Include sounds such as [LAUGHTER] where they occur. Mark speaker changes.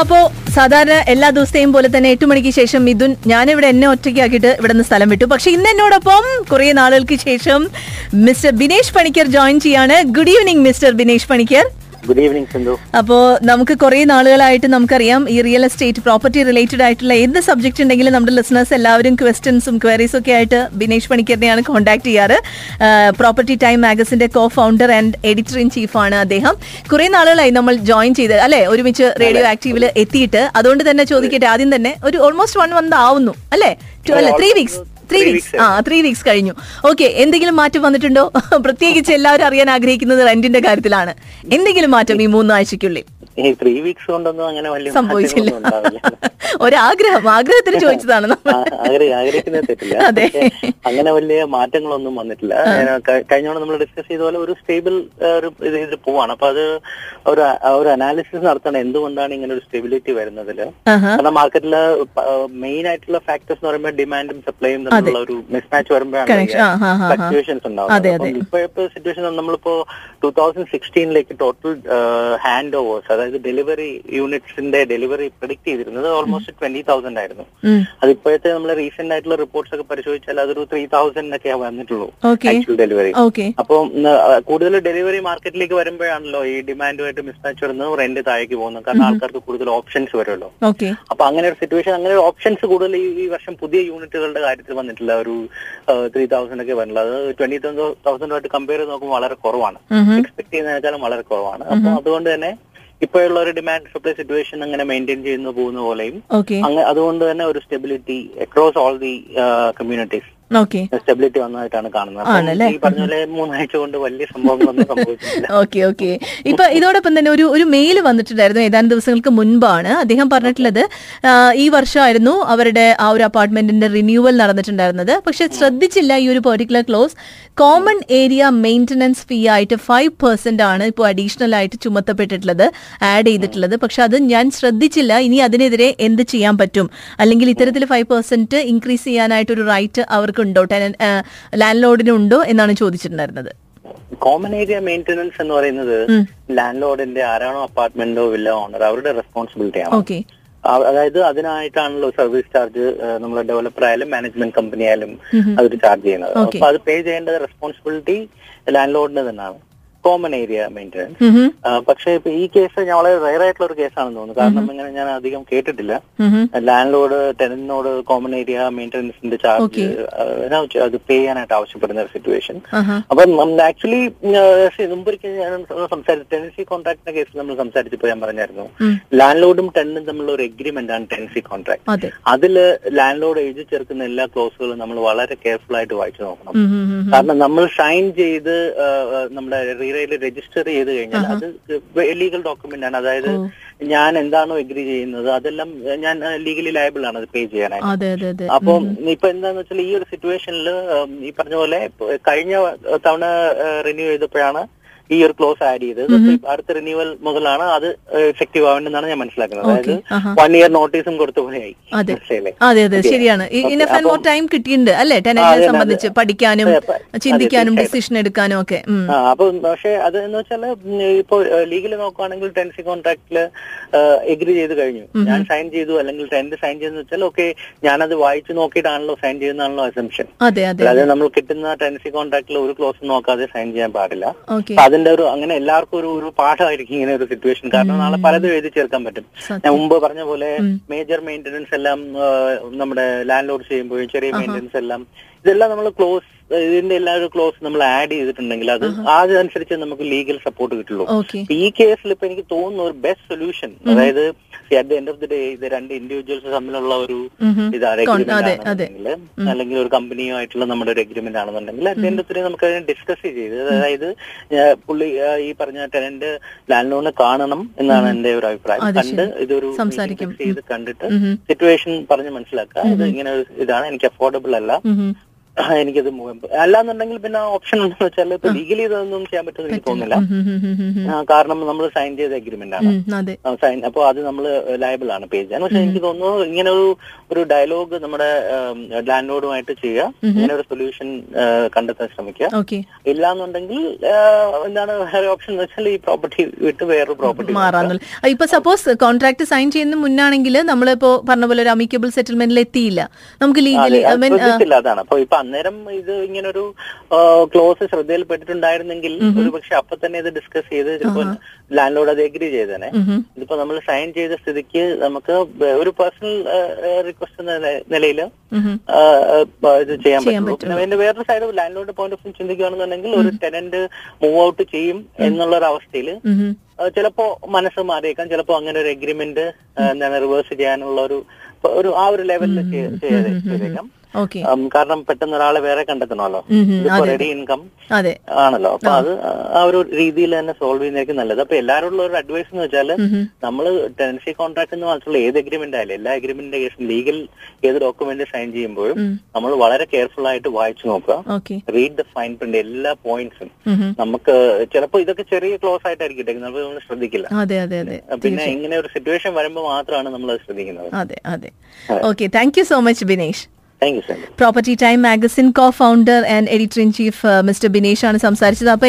Speaker 1: അപ്പോ സാധാരണ എല്ലാ ദിവസത്തെയും പോലെ തന്നെ എട്ട് മണിക്ക് ശേഷം മിഥുൻ ഞാനിവിടെ എന്നെ ഒറ്റയ്ക്കാക്കിയിട്ട് ഇവിടെ നിന്ന് സ്ഥലം വിട്ടു പക്ഷെ ഇന്ന് എന്നോടൊപ്പം കുറെ നാളുകൾക്ക് ശേഷം മിസ്റ്റർ ബിനേഷ് പണിക്കർ ജോയിൻ ചെയ്യാണ് good evening mister Binesh Panicker
Speaker 2: good evening Sindhu
Speaker 1: അപ്പോ നമുക്ക് കുറെ നാളുകളായിട്ട് നമുക്കറിയാം ഈ റിയൽ എസ്റ്റേറ്റ് പ്രോപ്പർട്ടി റിലേറ്റഡ് ആയിട്ടുള്ള ഏത് സബ്ജക്റ്റ് ഉണ്ടെങ്കിലും നമ്മുടെ ലിസണേഴ്സ് എല്ലാവരും ക്വസ്റ്റ്യൻസും ക്വയറീസും ഒക്കെ ആയിട്ട് ബിനേഷ് പണിക്കറിനെയാണ് കോൺടാക്ട് ചെയ്യാറ് പ്രോപ്പർട്ടി ടൈം മാഗസിന്റെ co founder and editor in ചീഫാണ് അദ്ദേഹം കുറെ നാളുകളായി നമ്മൾ ജോയിൻ ചെയ്ത് അല്ലെ ഒരുമിച്ച് റേഡിയോ ആക്റ്റീവിൽ എത്തിയിട്ട് അതുകൊണ്ട് തന്നെ ചോദിക്കട്ടെ ആദ്യം തന്നെ ഒരു ഓൾമോസ്റ്റ് വൺ മന്ത് ആവുന്നു അല്ലെ അല്ലെ ത്രീ വീക്സ് ത്രീ വീക്സ് ആ ത്രീ വീക്സ് കഴിഞ്ഞു ഓക്കെ എന്തെങ്കിലും മാറ്റം വന്നിട്ടുണ്ടോ [LAUGHS] പ്രത്യേകിച്ച് എല്ലാവരും അറിയാൻ ആഗ്രഹിക്കുന്നത് റെന്റിന്റെ കാര്യത്തിലാണ് എന്തെങ്കിലും മാറ്റം ഈ മൂന്നാഴ്ചക്കുള്ളിൽ
Speaker 2: ഈ ത്രീ വീക്സ് കൊണ്ടൊന്നും അങ്ങനെ വലിയ
Speaker 1: സംഭവിച്ചില്ല
Speaker 2: മാറ്റങ്ങളൊന്നും ഉണ്ടാവില്ല.
Speaker 1: [LAUGHS] ഒരാഗ്രഹം ആഗ്രഹത്തിന് ചോദിച്ചതാണ് നമ്മൾ
Speaker 2: ആ, ആഗ്രഹി- ആഗ്രഹിക്കുന്നത് തെറ്റില്ല
Speaker 1: അതെ.
Speaker 2: പക്ഷേ അങ്ങനെ വലിയ മാറ്റങ്ങളൊന്നും വന്നിട്ടില്ല ഏഹ്, ക- കഴിഞ്ഞ തവണ നമ്മൾ ഡിസ്കസ് ചെയ്ത പോലെ ഒരു സ്റ്റേബിൾ ഒരു ഇത് ഇതിൽ പോവാണ് അപ്പൊ അത് ഒരു ആ ഒരു അനാലിസിസ് നടത്തണം എന്തുകൊണ്ടാണ് ഇങ്ങനെ ഒരു സ്റ്റെബിലിറ്റി വരുന്നതിൽ
Speaker 1: ആഹാ.
Speaker 2: കാരണം മാർക്കറ്റിൽ മെയിൻ ആയിട്ടുള്ള ഫാക്ടേഴ്സ് എന്ന് പറയുമ്പോൾ ഡിമാൻഡും സപ്ലൈയും തമ്മിലുള്ള ഒരു മിസ്മാച്ച്
Speaker 1: Connection. ആ, ആ, ആ, ആ.
Speaker 2: വരുമ്പോഴാണ് സിറ്റുവേഷൻസ്
Speaker 1: അതെ,
Speaker 2: ഉണ്ടാവും ഇപ്പോഴത്തെ സിറ്റുവേഷൻ നമ്മളിപ്പോ ടൂ തൗസൻഡ് സിക്സ്റ്റീനിലേക്ക് ടോട്ടൽ ഹാൻഡ് ഓവേഴ്സ് അതായത് ഡെലിവറി യൂണിറ്റ്സിന്റെ ഡെലിവറി പ്രിഡിക്ട് ചെയ്തിരുന്നത് ഓൾമോസ്റ്റ് ട്വന്റി തൗസൻഡ് ആയിരുന്നു
Speaker 1: ഉം.
Speaker 2: അത് ഇപ്പോഴത്തെ നമ്മൾ റീസെന്റ് ആയിട്ടുള്ള റിപ്പോർട്ട്സ് ഒക്കെ പരിശോധിച്ചാൽ അതൊരു ത്രീ തൗസൻഡ് ഒക്കെ വന്നിട്ടുള്ളൂ
Speaker 1: ഓക്കെ
Speaker 2: ആക്ച്വൽ ഡെലിവറി
Speaker 1: ഓക്കെ
Speaker 2: അപ്പം ഉം, ആ, കൂടുതൽ ഡെലിവറി മാർക്കറ്റിലേക്ക് വരുമ്പോഴാണല്ലോ ഈ ഡിമാൻഡുമായിട്ട് മിസ്മാച്ച് വരുന്നത് റെന്റ് താഴേക്ക് പോകുന്നത് കാരണം ആൾക്കാർക്ക് കൂടുതൽ ഓപ്ഷൻസ് വരുമല്ലോ
Speaker 1: ഓക്കെ
Speaker 2: അപ്പൊ അങ്ങനെ ഒരു സിറ്റുവേഷൻ അങ്ങനെ ഒരു ഓപ്ഷൻസ് കൂടുതൽ ഈ- ഈ വർഷം പുതിയ യൂണിറ്റുകളുടെ കാര്യത്തിൽ വന്നിട്ടില്ല ഒരു ത്രീ തൗസൻഡ് ഒക്കെ വന്നില്ല അത് ട്വന്റി തൗസൻഡുമായിട്ട് കമ്പയർ ചെയ്ത് നോക്കുമ്പോൾ വളരെ കുറവാണ് എക്സ്പെക്ട് ചെയ്യുന്നതിനേക്കാളും വളരെ കുറവാണ് അപ്പൊ അതുകൊണ്ട് തന്നെ ഇപ്പോഴുള്ള ഒരു ഡിമാൻഡ് സപ്ലൈ സിറ്റുവേഷൻ അങ്ങനെ മെയിൻറ്റെയിൻ ചെയ്യുന്ന പോകുന്ന പോലെയും
Speaker 1: ഓക്കെ
Speaker 2: അങ്ങനെ അതുകൊണ്ട് തന്നെ ഒരു stability across all the communities
Speaker 1: okay
Speaker 2: stability വന്നതായിട്ടാണ് കാണുന്നത് അപ്പം ഈ പറഞ്ഞ പോലെ മൂന്നാഴ്ച കൊണ്ട് വലിയ സംഭവങ്ങളൊന്നും സംഭവിച്ചിട്ടില്ല
Speaker 1: ഓക്കെ ഓക്കെ ഇപ്പൊ ഇതോടൊപ്പം തന്നെ ഒരു ഒരു മെയിൽ വന്നിട്ടുണ്ടായിരുന്നു ഏതാനും ദിവസങ്ങൾക്ക് മുൻപാണ് അദ്ദേഹം പറഞ്ഞിട്ടുള്ളത് ആ, ഈ വർഷമായിരുന്നു അവരുടെ ആ ഒരു അപ്പാർട്ട്മെന്റിന്റെ റിന്യൂവൽ നടന്നിട്ടുണ്ടായിരുന്നത് പക്ഷെ ശ്രദ്ധിച്ചില്ല ഈ ഒരു particular clause common area maintenance fee ആയിട്ട് ഫൈവ് പെർസെന്റ് ആണ് ഇപ്പോൾ അഡീഷണൽ ആയിട്ട് ചുമത്തപ്പെട്ടിട്ടുള്ളത് ആഡ് ചെയ്തിട്ടുള്ളത് പക്ഷെ അത് ഞാൻ ശ്രദ്ധിച്ചില്ല ഇനി അതിനെതിരെ എന്ത് ചെയ്യാൻ പറ്റും അല്ലെങ്കിൽ ഇത്തരത്തിൽ ഫൈവ് പെർസെന്റ് ഇൻക്രീസ് ചെയ്യാനായിട്ട് ഒരു റൈറ്റ് അവർക്കുണ്ടോ ലാൻഡ് ലോഡിനുണ്ടോ എന്നാണ് ചോദിച്ചിട്ടുണ്ടായിരുന്നത്
Speaker 2: കോമൺ ഏരിയ മെയിന്റനൻസ് എന്ന് പറയുന്നത്
Speaker 1: ഉം.
Speaker 2: ലാൻഡ് ലോഡിന്റെ ആരാണോ അപ്പാർട്ട്മെന്റോ വില്ല ഓണർ അവരുടെ റെസ്പോൺസിബിലിറ്റി ആണ്
Speaker 1: ഓക്കെ
Speaker 2: അവ- അതായത് അതിനായിട്ടാണല്ലോ സർവീസ് ചാർജ് നമ്മൾ ഡെവലപ്പർ ആയാലും മാനേജ്മെന്റ് കമ്പനി ആയാലും അവർ ചാർജ് ചെയ്യുന്നത്
Speaker 1: Okay.
Speaker 2: അപ്പൊ അത് പേ ചെയ്യേണ്ടത് റെസ്പോൺസിബിലിറ്റി ലാൻഡ് ലോഡിന് തന്നെയാണ് കോമൺ ഏരിയ മെയിന്റനൻസ്
Speaker 1: ഉം ഉം.
Speaker 2: പക്ഷേ ഇപ്പൊ ഈ കേസ് ഞാൻ വളരെ റയർ ആയിട്ടുള്ള ഒരു കേസാണെന്ന് തോന്നുന്നു കാരണം ഇങ്ങനെ ഞാൻ അധികം കേട്ടിട്ടില്ല
Speaker 1: ഉം ഉം.
Speaker 2: ലാൻഡ് ലോഡ് ടെനന്റിനോട് കോമൺ ഏരിയ മെയിന്റനൻസിന്റെ ചാർജ് അത് പേ ചെയ്യാനായിട്ട് ആവശ്യപ്പെടുന്ന ഒരു സിറ്റുവേഷൻ
Speaker 1: ആഹാ.
Speaker 2: അപ്പം ആക്ച്വലി മുമ്പൊരിക്കൽ ഞാൻ സംസാരിച്ചു ടെൻസി കോൺട്രാക്ടിന്റെ കേസിൽ നമ്മൾ സംസാരിച്ചപ്പോൾ ഞാൻ പറഞ്ഞായിരുന്നു
Speaker 1: ഉം.
Speaker 2: ലാൻഡ് ലോഡും ടെന്നും തമ്മിലുള്ള ഒരു എഗ്രിമെന്റ് ആണ് ടെൻസി കോൺട്രാക്ട്
Speaker 1: അതെ
Speaker 2: അതില് ലാൻഡ് ലോഡ് എഴുതി ചേർക്കുന്ന എല്ലാ ക്ലോസുകളും നമ്മൾ വളരെ കെയർഫുൾ ആയിട്ട് വായിച്ചു നോക്കണം
Speaker 1: ഉം ഉം ഉം.
Speaker 2: കാരണം നമ്മൾ സൈൻ ചെയ്ത് ആ, ആ, നമ്മുടെ റീറയിൽ രജിസ്റ്റർ ചെയ്ത് കഴിഞ്ഞാൽ അത് ലീഗൽ ഡോക്യുമെന്റ് ആണ് അതായത് ഞാൻ എന്താണോ എഗ്രി ചെയ്യുന്നത് അതെല്ലാം ഞാൻ ലീഗലി ലയബിൾ ആണ് അത് പേ ചെയ്യാനായിട്ട്
Speaker 1: അതെ അതെ അതെ
Speaker 2: അപ്പം ഇപ്പൊ എന്താന്ന് വെച്ചാൽ ഈ ഒരു സിറ്റുവേഷനിൽ ഈ പറഞ്ഞ പോലെ ഇപ്പൊ കഴിഞ്ഞ വ- തവണ റിന്യൂ ചെയ്തപ്പോഴാണ് ഈ ഒരു ക്ലോസ് ആഡ് ചെയ്തത് ഇപ്പൊ അടുത്ത റിന്യൂവൽ മുതലാണ് അത് എഫക്റ്റീവ് ആവേണ്ടതെന്നാണ് ഞാൻ മനസ്സിലാക്കുന്നത് അതായത്
Speaker 1: ആഹാ.
Speaker 2: വൺ ഇയർ നോട്ടീസും കൊടുത്ത പോലെയായി
Speaker 1: അതെ.
Speaker 2: മനസ്സിലായില്ലേ?
Speaker 1: അതെ അതെ ശരിയാണ് ഇനഫ് ആൻഡ് മോർ ടൈം കിട്ടിയിട്ടുണ്ട് അല്ലെ ടെനന്റിനെ സംബന്ധിച്ച് പഠിക്കാനും ചിന്തിക്കാനും ഡിസിഷൻ എടുക്കാനും ഒക്കെ ഉം.
Speaker 2: ആ അപ്പൊ പക്ഷേ അത് എന്ന് വെച്ചാൽ ഇപ്പൊ ലീഗിൽ നോക്കുവാണെങ്കിൽ ടെൻസി കോൺട്രാക്ടില് എഗ്രി ചെയ്ത് കഴിഞ്ഞു ഞാൻ സൈൻ ചെയ്തു അല്ലെങ്കിൽ ടെൻഡ് സൈൻ ചെയ്തെന്ന് വെച്ചാൽ ഓക്കെ ഞാനത് വായിച്ചു നോക്കിയിട്ടാണല്ലോ സൈൻ ചെയ്യുന്നതാണല്ലോ അസംഷൻ
Speaker 1: അതെ അതെ
Speaker 2: അല്ലാതെ നമ്മൾ കിട്ടുന്ന ടെൻസി കോൺട്രാക്ടിൽ ഒരു ക്ലോസ് നോക്കാതെ സൈൻ ചെയ്യാൻ പാടില്ല
Speaker 1: ഓക്കെ
Speaker 2: അപ്പൊ അതിന്റെ ഒരു അങ്ങനെ എല്ലാവർക്കും ഒരു ഒരു പാഠമായിരിക്കും ഇങ്ങനെ ഒരു സിറ്റുവേഷൻ കാരണം നാളെ പലതും എഴുതി ചേർക്കാൻ പറ്റും
Speaker 1: സത്യം.
Speaker 2: ഞാൻ മുമ്പ് പറഞ്ഞ പോലെ മേജർ മെയിന്റനൻസ് എല്ലാം ആ, നമ്മുടെ ലാൻഡ് ലോഡ് ചെയ്യുമ്പോഴും ചെറിയ മെയിന്റനൻസ് എല്ലാം ഇതെല്ലാം നമ്മൾ ക്ലോസ് ഇതിന്റെ എല്ലാ ഒരു ക്ലോസ് നമ്മൾ ആഡ് ചെയ്തിട്ടുണ്ടെങ്കിൽ അത് അതനുസരിച്ച് നമുക്ക് ലീഗൽ സപ്പോർട്ട് കിട്ടുള്ളൂ
Speaker 1: ഓക്കെ
Speaker 2: ഈ കേസിൽ ഇപ്പൊ എനിക്ക് തോന്നുന്ന ഒരു ബെസ്റ്റ് സൊല്യൂഷൻ അതായത് at the end of the day ഇത് രണ്ട് ഇൻഡിവിജ്വൽസ് തമ്മിലുള്ള ഒരു ഇതാണ്
Speaker 1: Con- അതെ,
Speaker 2: agreement ആണെന്നുണ്ടെങ്കില്, അല്ലെങ്കിൽ ഒരു കമ്പനിയുമായിട്ടുള്ള നമ്മുടെ ഒരു അഗ്രിമെന്റ് ആണെന്നുണ്ടെങ്കിൽ അറ്റ് എൻഡ് ഒത്തിരി നമുക്ക് അതിനെ ഡിസ്കസ് ചെയ്ത് അതായത് ഏ, പുള്ളി ഏ, ഈ പറഞ്ഞ ടെനന്റ് ലാൻഡ് ലോണിനെ കാണണം എന്നാണ് എന്റെ ഒരു അഭിപ്രായം കണ്ട് ഇതൊരു meeting
Speaker 1: സംസാരിക്കും.
Speaker 2: fix ചെയ്ത് കണ്ടിട്ട് സിറ്റുവേഷൻ പറഞ്ഞ് മനസ്സിലാക്കുക ഇത് ഇങ്ങനെ ഒരു ഇതാണ് എനിക്ക് അഫോർഡബിൾ അല്ല ആ, എനിക്കത് മുഖം അല്ലാന്നുണ്ടെങ്കിൽ പിന്നെ ഓപ്ഷൻ ഉണ്ടെന്ന് വെച്ചാൽ ഇപ്പൊ ലീഗലി ഇതൊന്നും ചെയ്യാൻ പറ്റുമെന്ന് എനിക്ക് തോന്നുന്നില്ല
Speaker 1: ഉം, ഉം, ഉം, ഉം, ഉം.
Speaker 2: ആ, കാരണം നമ്മൾ സൈൻ ചെയ്ത അഗ്രിമെന്റ് ആണ്
Speaker 1: ഉം, അതെ
Speaker 2: ആ, സൈൻ അപ്പോൾ അത് നമ്മൾ ലയബിൾ ആണ് പേ ചെയ്യാൻ പക്ഷെ എനിക്ക് തോന്നുന്നു ഇങ്ങനെ ഒരു ഒരു ഡയലോഗ് നമ്മുടെ ലാൻഡ് ലോഡുമായിട്ട് ചെയ്യുക ഇങ്ങനെ ഒരു സൊല്യൂഷൻ കണ്ടെത്താൻ ശ്രമിക്കുക
Speaker 1: ഓക്കെ
Speaker 2: ഇല്ലാന്നുണ്ടെങ്കിൽ ആ, എന്താണ് വേറെ ഓപ്ഷൻ എന്ന് വെച്ചാൽ ഈ പ്രോപ്പർട്ടി വിട്ട് വേറൊരു പ്രോപ്പർട്ടി
Speaker 1: മാറാന്നുള്ള ആ, ഇപ്പൊ സപ്പോസ് കോൺട്രാക്ട് സൈൻ ചെയ്യുന്ന മുന്നാണെങ്കിൽ നമ്മളിപ്പോ പറഞ്ഞ പോലെ ഒരു അമിക്കബിൾ സെറ്റിൽമെന്റിൽ എത്തിയില്ല നമുക്ക് ലീഗലി ഐ മീൻ
Speaker 2: ശ്രദ്ധിച്ചില്ല അതാണ് അപ്പൊ ഇപ്പൊ അന്നേരം ഇത് ഇങ്ങനെ ഒരു ക്ലോസ് ശ്രദ്ധയിൽപ്പെട്ടിട്ടുണ്ടായിരുന്നെങ്കിൽ ഒരു പക്ഷെ അപ്പൊ തന്നെ ഇത് ഡിസ്കസ് ചെയ്ത് ചിലപ്പോൾ ലാൻഡ് ലോഡ് അത് എഗ്രി ചെയ്തേനെ ഇതിപ്പോ നമ്മൾ സൈൻ ചെയ്ത സ്ഥിതിക്ക് നമുക്ക് ഒരു പേഴ്സണൽ റിക്വസ്റ്റ് എന്ന നിലയിൽ ഇത് ചെയ്യാൻ പറ്റുള്ളൂ പിന്നെ അതിന്റെ വേറൊരു side landlord point of view ചിന്തിക്കുകയാണെന്നുണ്ടെങ്കിൽ ഒരു ടെനന്റ് മൂവ് ഔട്ട് ചെയ്യും എന്നുള്ള ഒരു അവസ്ഥയിൽ ചിലപ്പോ മനസ്സ് മാറിയേക്കാം ചിലപ്പോ അങ്ങനെ ഒരു എഗ്രിമെന്റ് എന്താണ് റിവേഴ്സ് ചെയ്യാനുള്ള ഒരു ഒരു ആ ഒരു ലെവലിൽ ചെയ്തേക്കാം
Speaker 1: ഓക്കെ
Speaker 2: ഉം, കാരണം പെട്ടെന്ന് ഒരാളെ വേറെ കണ്ടെത്തണമല്ലോ ഇതിപ്പോ റെഡി ഇൻകം
Speaker 1: അതെ
Speaker 2: ആണല്ലോ അപ്പൊ അത് ആ ഒരു രീതിയിൽ തന്നെ സോൾവ് ചെയ്യുന്നതായിരിക്കും നല്ലത് അപ്പൊ എല്ലാവരുള്ള ഒരു അഡ്വൈസ് എന്ന് വെച്ചാൽ നമ്മൾ ടെനൻസി കോൺട്രാക്ട് എന്ന് മാത്രമല്ല ഏത് അഗ്രിമെന്റ് ആയാലും എല്ലാ അഗ്രിമെന്റിന്റെ കേസും ലീഗൽ ഏത് ഡോക്യുമെന്റ് സൈൻ ചെയ്യുമ്പോഴും നമ്മൾ വളരെ കെയർഫുൾ ആയിട്ട് വായിച്ചു നോക്കുക
Speaker 1: okay
Speaker 2: read the fine print എല്ലാ പോയിന്റ്സും
Speaker 1: Mm-hmm.
Speaker 2: നമുക്ക് ചിലപ്പോൾ ഇതൊക്കെ ചെറിയ ക്ലോസ് ആയിട്ടായിരിക്കും ഇട്ടേക്കുന്നത്. അപ്പോൾ നമ്മൾ ശ്രദ്ധിക്കില്ല
Speaker 1: അതെ അതെ അതെ
Speaker 2: പിന്നെ ഇങ്ങനെ ഒരു സിറ്റുവേഷൻ വരുമ്പോൾ മാത്രമാണ് നമ്മൾ അത് ശ്രദ്ധിക്കുന്നത്
Speaker 1: അതെ അതെ okay thank you so much Binesh
Speaker 2: thank you sir
Speaker 1: property time magazine co founder and editor in chief mister Binesh uh, ആണ് സംസാരിച്ചത് അപ്പൊ